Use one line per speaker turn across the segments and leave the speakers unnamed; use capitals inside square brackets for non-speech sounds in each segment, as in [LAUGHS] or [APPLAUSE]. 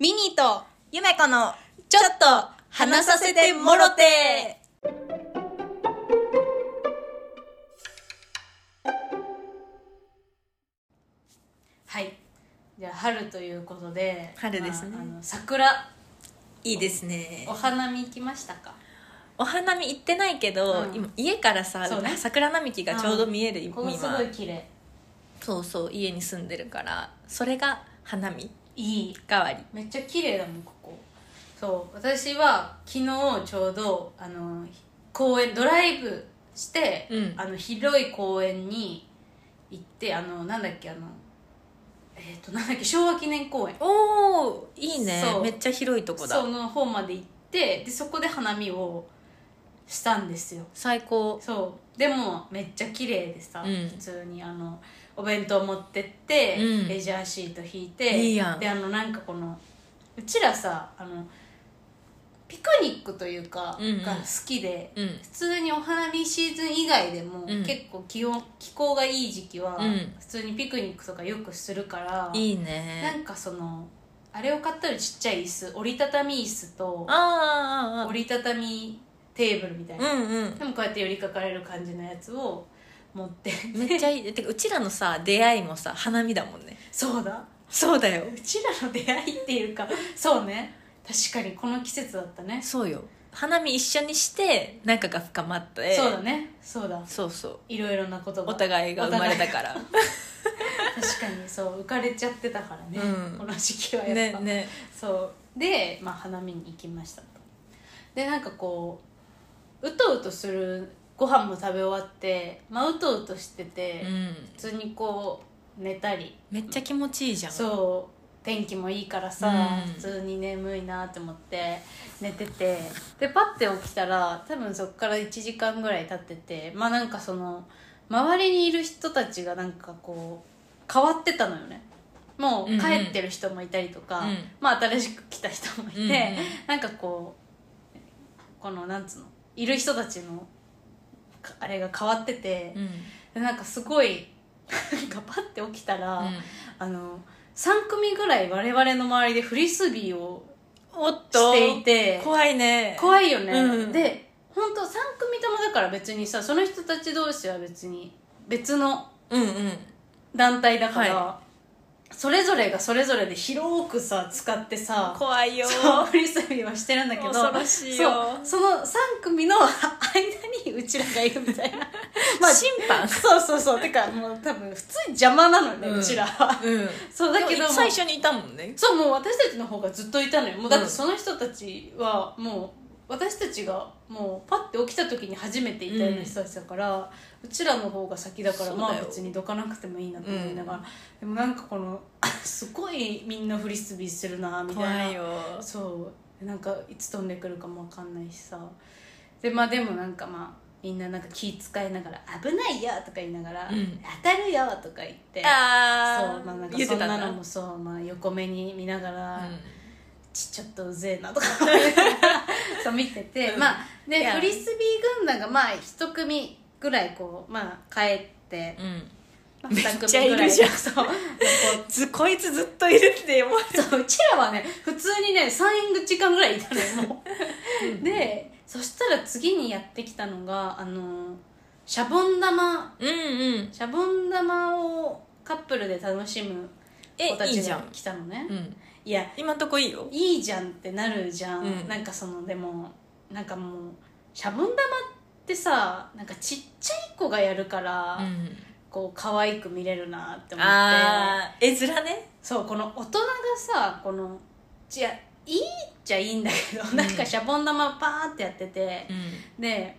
ミニーと
ゆめこの
ちょっと話させてもろてはいじゃあ春ということで
春ですね
まああの桜
いいですね
お花見行きましたか
お花見行ってないけど、
うん
今家からさ、
そうね
桜並木がちょうど見える
ここ
今
すごい綺麗
そうそう家に住んでるからそれが花見
いい
代わり
めっちゃ綺麗だもんここそう私は昨日ちょうどあの公園ドライブして、
うん
あの広い公園に行ってあのなんだっけあのえっ、となんだっけ昭和記念公園
おおいいね
そう
めっちゃ広いとこ
そ
だ
の方まで行ってでそこで花見をしたんですよ
最高
そうでもめっちゃ綺麗でさ、
うん
普通にあのお弁当持ってって、
うん
レジャーシート引いて
いいやん
であのなんかこのうちらさあのピクニックというか、
うんうん
が好きで
うん
普通にお花見シーズン以外でも、
うん
結構気温気候がいい時期は、
うん
普通にピクニックとかよくするから
いい
な
ね
んかそのあれを買ったらちっちゃい椅子折りたたみ椅子と
あーあーあー
折りたたみテーブルみたいな、
うんうん
でもこうやって寄りかかれる感じのやつを持って [LAUGHS]
めっちゃいい [LAUGHS] てかうちらのさ出会いもさ花見だもんね
そうだ
そうだよ
うちらの出会いっていうかそうね確かにこの季節だったね
そうよ花見一緒にして仲が深まって
そうだねそうだ
そうそう
いろいろなことが
お互いが生まれた
お
から
互い確かにそう浮かれちゃってたからね、
うん
この時期はやっ
ね
ぱ、
ね
そうで、まあ、花見に行きましたとでなんかこううとうとするご飯も食べ終わって、まあ、うとうとしてて、
う
普通
ん
にこう寝たり
めっちゃ気持ちいいじゃん
そう天気もいいからさ、
うん
普通に眠いなと思って寝ててでパッて起きたら多分そっから1時間ぐらい経っててまあなんかその周りにいる人たちがなんかこう変わってたのよねもう
うんうん
帰ってる人もいたりとか、
うん
まあ新しく来た人もいて、
うんうん
なんかこうこのなんつうのいる人たちのかあれが変わってて、
うん
でなんかすごいなんかパッて起きたら、
うん
あの3組ぐらい我々の周りでフリスビーを
おっと
していて
怖いね
怖いよね、
うん
で本当3組ともだから別にさその人たち同士は別に別の
うんうん
団体だから、
は
それぞれがそれぞれで広くさ使ってさ
怖いよ
そうフリスビーはしてるんだけど
恐ろしい
そ
よ
うその3組の間にうちらがいるみ
[LAUGHS]
たいなまあ
審判
そうそうそうてかもう多分普通に邪魔なのよね、う
うん
ちらは
うん
そうだけど
でも
も
最初にいたもんね
そうもう私たちの方がずっといたのよもうだっ
う
て
ん
その人たちはもう私たちがもうパッて起きた時に初めていたような人たちだから、うちらの方が先だから
そうだ
ま
よ
あ別にどかなくてもいいなと思いながら、でもなんかこの [LAUGHS] すごいみんなフリスビーするなみたいな
怖いよ
そうなんかいつ飛んでくるかもわかんないしさでまあでもなんかまあみんななんか気使いながら「危ないよ」とか言いながら「
うん
当たるよ」とか言って
ああ
そうまあなんかそんなのもそう、まあ、横目に見ながら、ちちょっとうぜえな
[LAUGHS]
とかそう見てて、
うん
まあ
い
で
や
フリスビー軍団がまあ一組ぐらいこうまあ帰って、
うん
まあ、
めっ
二
ちゃいるじゃん
そうこ
ずこいつずっといるって思う
うそううちらはね普通にね3時間ぐらいいたのよもうでそしたら次にやってきたのがあのシャボン玉
うんうん
シャボン玉をカップルで楽しむ
え
子た
いい
ち
じゃ
が
ん
来たのね
うん
いや
今んとこいいよ
いいじゃんってなるじゃん、
うん
なんかそのでもなんかもうシャボン玉ってさなんかちっちゃい子がやるから、
うん
こう可愛く見れるなって思って
ああ絵面ね
そうこの大人がさこのじゃいいっちゃいいんだけど、
うん
なんかシャボン玉パーってやってて
う、ん
で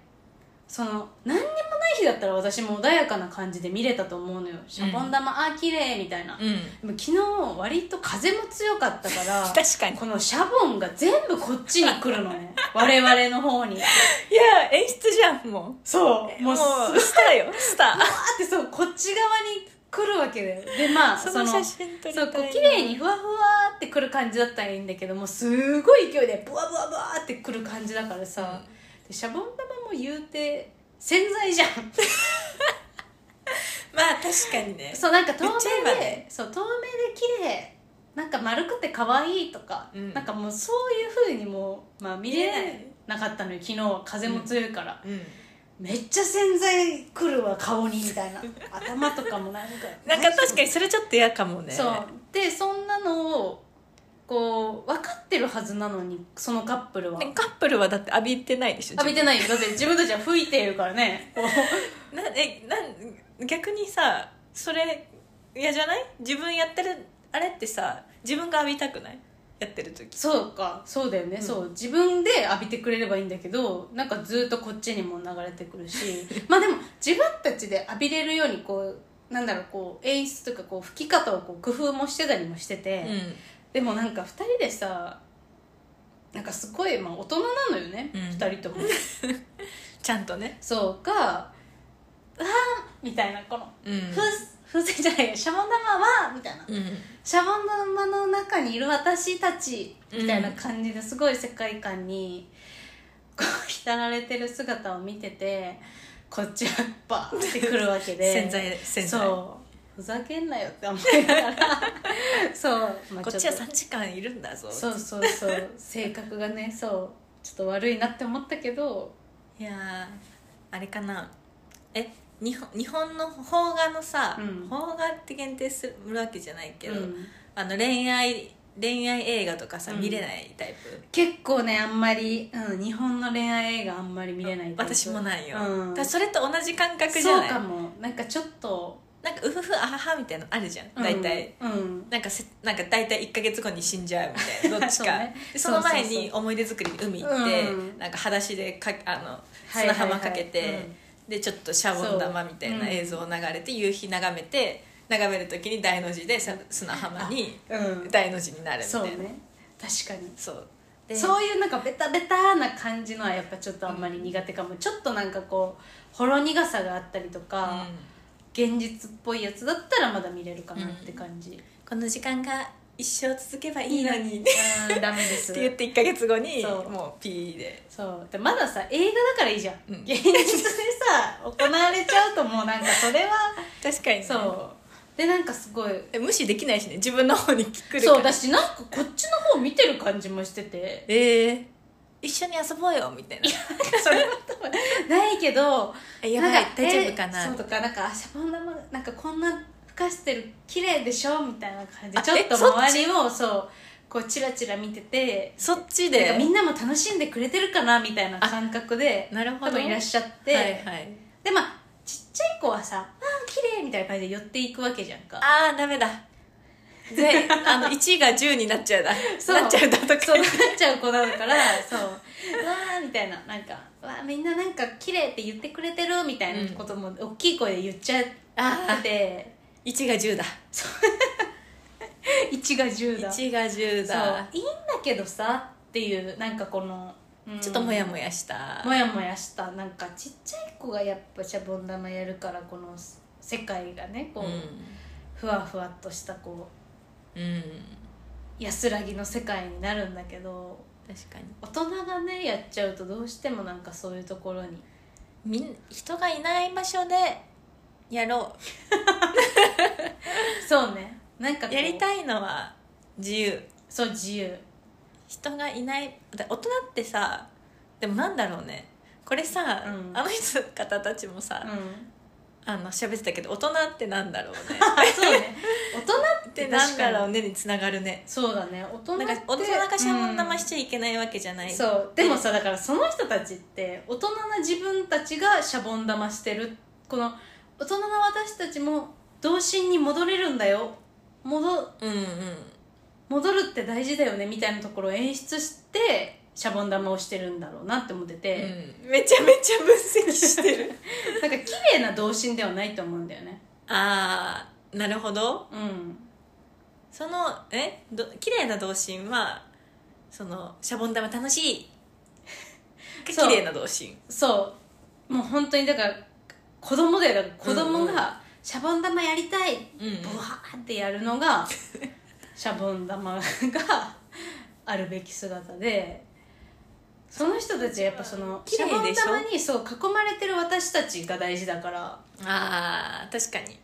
その何にもない日だったら私も穏やかな感じで見れたと思うのよシャボン玉、あー綺麗みたいな、
うん
でも昨日割と風も強かったか
[LAUGHS]
ら
確かに
このシャボンが全部こっちに来るの
[LAUGHS]
ね我々の方に
いや演出じゃんも
そう
う
もうす
うスターよ [LAUGHS] スタ
パーってそうこっち側に来るわけだよでまあ
ー
そ
そ
の
の写真撮りた
そ
いう
こう綺麗にふわふわって来る感じだったらいいんだけどもうすごい勢いでブワブワブワって来る感じだからさ、でシャボン玉も言うて洗剤
[LAUGHS]
じゃん
まあ確かにね
そうなんか透
めっちゃ
明
今
で
ね
そう透明で綺麗なんか丸くて可愛いとか、
うん
なんかもうそういうふうにもう、まあ、見れない、
ね
なかったのよ昨日は風も強いから、
うん、
めっちゃ洗剤くるわ顔にみた
[LAUGHS]
いな頭とかもなんか
なんか確かにそれちょっと嫌かもね
そうでそんなのをこう分かってるはずなのにそのカップルは
でカップルはだって浴びてないでしょ
浴びてないよだって自分たちは吹いているから
[LAUGHS]
ねこう
なえなん逆にさそれ嫌じゃない自分やってるあれってさ自分が浴びたくないやってる時
そうかそうだよね、
うん
そう自分で浴びてくれればいいんだけどなんかずっとこっちにも流れてくる
[LAUGHS]
しまあでも自分たちで浴びれるようにこうなんだろうこう演出とかこう吹き方をこう工夫もしてたりもしてて、
う
でもなんか2人でさなんかすごい、まあ、大人なのよね、
う
二
ん
2人とも
ちゃんとね
そうかあーみたいなこの、
うん
ふ風船じゃないよシャボン玉はみたいな
うん
シャボン玉の中にいる私たちみたいな感じですごい世界観にこう浸られてる姿を見ててこっちはバーってくるわけで
[LAUGHS] 潜在潜在
そうふざけんなよって思いながら [LAUGHS] そう、まあ
こっ
ょ
ちは
と
3時間いるんだぞ
そうそうそう性格がねそうちょっと悪いなって思ったけど
いやーあれかなえ日本日本の邦画のさ、
うん
邦画って限定するわけじゃないけど、
うん
あの恋愛恋愛映画とかさ、
うん
見れないタイプ
結構ねあんまり、うん、日本の恋愛映画あんまり見れないタイプ
私もないよ、
うん
だからそれと同じ感覚じゃ
そ
な
う
い
かもなんかちょっと
なんかうふふあははみたいなのあるじゃん大体、
うん、うん
なんかせなんか大体1か月後に死んじゃうみたいなどっち
[LAUGHS] そう
か
ね
でその前
そうそう
に
そ
思い出作りに海行って、
うん
なんか裸足でかあの
はい
砂
はいはい
浜かけて、
うん
でちょっとシャボン玉みたい
そう
な
うん
映像を流れて、夕日眺めて眺める時に大の字でさ砂浜に
うん
大の字になるみたい
そう
な、
ね確かに
そうで
そういうなんかベタベタな感じのはやっぱちょっとあんまり苦手かも、ちょっとなんかこうほろ苦さがあったりとか、
うん
現実っぽいやつだったらまだ見れるかなって感じ、
この時間が一生続けばいいのに
うんダメです
って言って1か月後に
そう
もうピーで
そうでまださ映画だからいいじゃん、
うん
現実でさ行われちゃうともうなんかそれは
[LAUGHS] 確かにね
そうでなんかすごい
え無視できないしね自分の方に来るから
そうだしなんかこっちの方見てる感じもしてて
ええ一緒に遊ぼうよみたいな
それは多分ないけど
えやばい
なんか
大丈夫かな
えそうとかなんかあシャボン玉なんかこんなふかしてる綺麗でしょみたいな感じ
あ
でちょっと
えそっち
周りをそうこうチラチラ見てて
そっち
なんか
で
みんなも楽しんでくれてるかなみたいな感覚で
なるほ
多
ど
分いらっしゃって、
はいはい
でまあちっちゃい子はさ「あー綺麗みたいな感じで寄っていくわけじゃんか
ああダメだであの1が10になっちゃうだ
そう
なっちゃうだとか
そうなっちゃう子だからそう「わー」みたいななんか「わーみんななんか綺麗って言ってくれてる」みたいなことも大きい声で言っちゃってて、
1が10だ
1が10だそう
1が10だ
いいんだけどさっていうなんかこの、うん
ちょっとモヤモヤした
もやもやしたなんかちっちゃい子がやっぱシャボン玉やるからこの世界がねこう、ふわふわっとしたこう
うん、うん、
安らぎの世界になるんだけど
確かに
大人がねやっちゃうとどうしてもなんかそういうところに
みん人がいない場所でやろ
そうねなんかこ
う
う
やりたいのは自由
そう自由
人がいないだ大人ってさでもなんだろうねこれさ、
うん
あの人方たちもさ、
うん
あの喋ってたけど大人ってなんだろうね
あそう
[LAUGHS]
ね大人
っ
ってて
なん
確
だろ
か
う
に
ねにつながるね
そうだね大人っ
な
て
んか大人がシャボン玉し
ゃ
ちゃいけないわけじゃない、
そうでもさだからその人たちって大人な自分たちがシャボン玉してるこの大人な私たちも童心に戻れるんだよ戻
うんうん
戻るって大事だよねみたいなところを演出してシャボン玉をしてるんだろうなって思ってて、
うんめちゃめちゃ分析してる
[LAUGHS] なんか綺麗な童心ではないと思うんだよね。
[LAUGHS] ああなるほど
うん。
そのえど綺麗な童心はそのシャボン玉楽しいが
そう
綺麗な童心
そう。もう本当にだから、子供だよ。だから子供
うんうん
が、シャボン玉やりたい
うんうん
ブワーってやるの
[LAUGHS]
が、シャボン玉があるべき姿で、その人たちはやっぱその、
綺
シャボ
麗で
ン
しょ
玉にそう囲まれてる私たちが大事だから、
あー確かに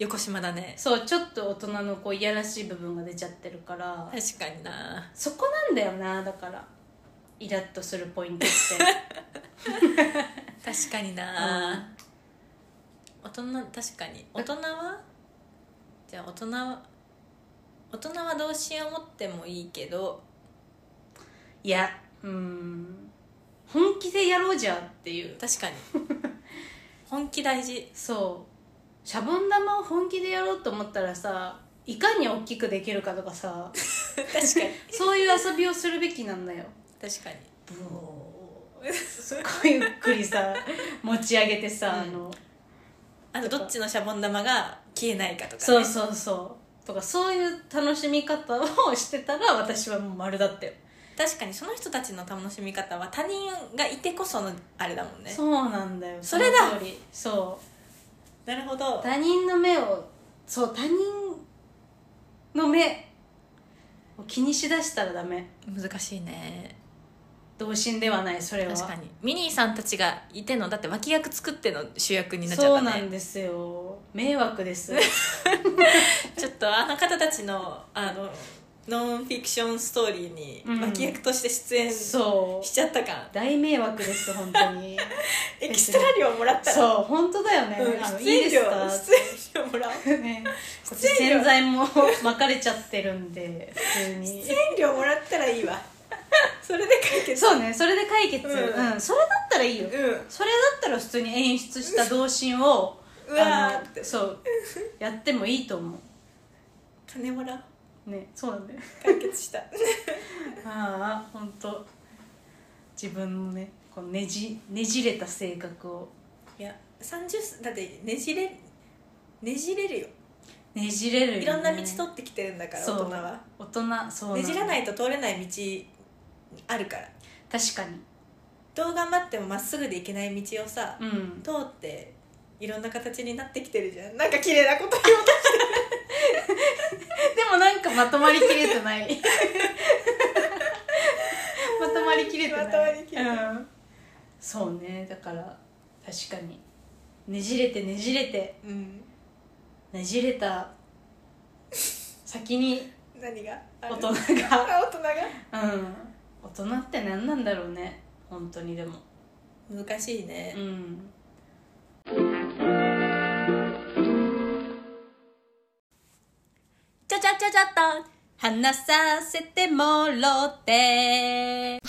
横島だね
そうちょっと大人のこういやらしい部分が出ちゃってるから
確かにな
そこなんだよなだからイラッとするポイントって
[LAUGHS] 確かにな、大人確かに大人はじゃあ大人は大人はどうしよう思ってもいいけど
いやうん本気でやろうじゃんっていう
確 [LAUGHS] かに本気大事
そうシャボン玉を本気でやろうと思ったらさいかに大きくできるかとかさ
確かに
そういう遊びをするべきなんだよ
確かに
ブオーすごいゆっくりさ持ち上げてさ、
うん
あの
あとどっちのシャボン玉が消えないかとか、ね、
そうそうそうとかそういう楽しみ方をしてたら私はもう丸だったよ、
確かにその人たちの楽しみ方は他人がいてこそのあれだもんね
そうなんだよ
それだ
の通りそう
なるほど
他人の目をそう他人の目を気にしだしたらダメ
難しいね
童心ではないそれは
確かにミニーさんたちがいてのだって脇役作っての主役になっちゃ
そ
っ
う
た
なん
ね
ですよ迷惑です
[LAUGHS] ちょっとあの方たちのあのノンフィクションストーリーに
うん
脇役として出演し
そう
ちゃった感、
大迷惑です本当に
エキストラ料もらったら
そう本当だよね、
うん
あのい
出
いで
演
す
料
か
出演料もらおう
ねこっち
出演料
洗剤も巻かれちゃってるんで普通に
出演料もらったらいいわ [LAUGHS] それで解決
そうねそれで解決、
うん
うんそれだったらいいよ
うん
それだったら普通に演出した童心を
うわーって
あのそうやってもいいと思
金もらおう
うねそうなんだよ
解決した
ああ本当自分のねこうねじねじれた性格を
いや30だってねじれねじれるよ
ねじれるよ、ね、
いろんな道通ってきてるんだから
そ
大
う
人は
大人そう
ねじらないいと通れない道あるから
確かに
どう頑張ってもまっすぐで行けない道をさ、
うん [LAUGHS]
通っていろんな形になってきてるじゃんなんか綺麗なこと言おうと
でもなんかまとまりきれてない [LAUGHS] まとまりきれてない
まとまりきれてない
うん、そうねだから確かにねじれてねじれて
うん
ねじれた先に
何があ
大
る
人
あ
が
大人
うん大人って何なんだろうね本当にでも
が難しいね、
うん
ちょちょちょちょっと
話させてもろって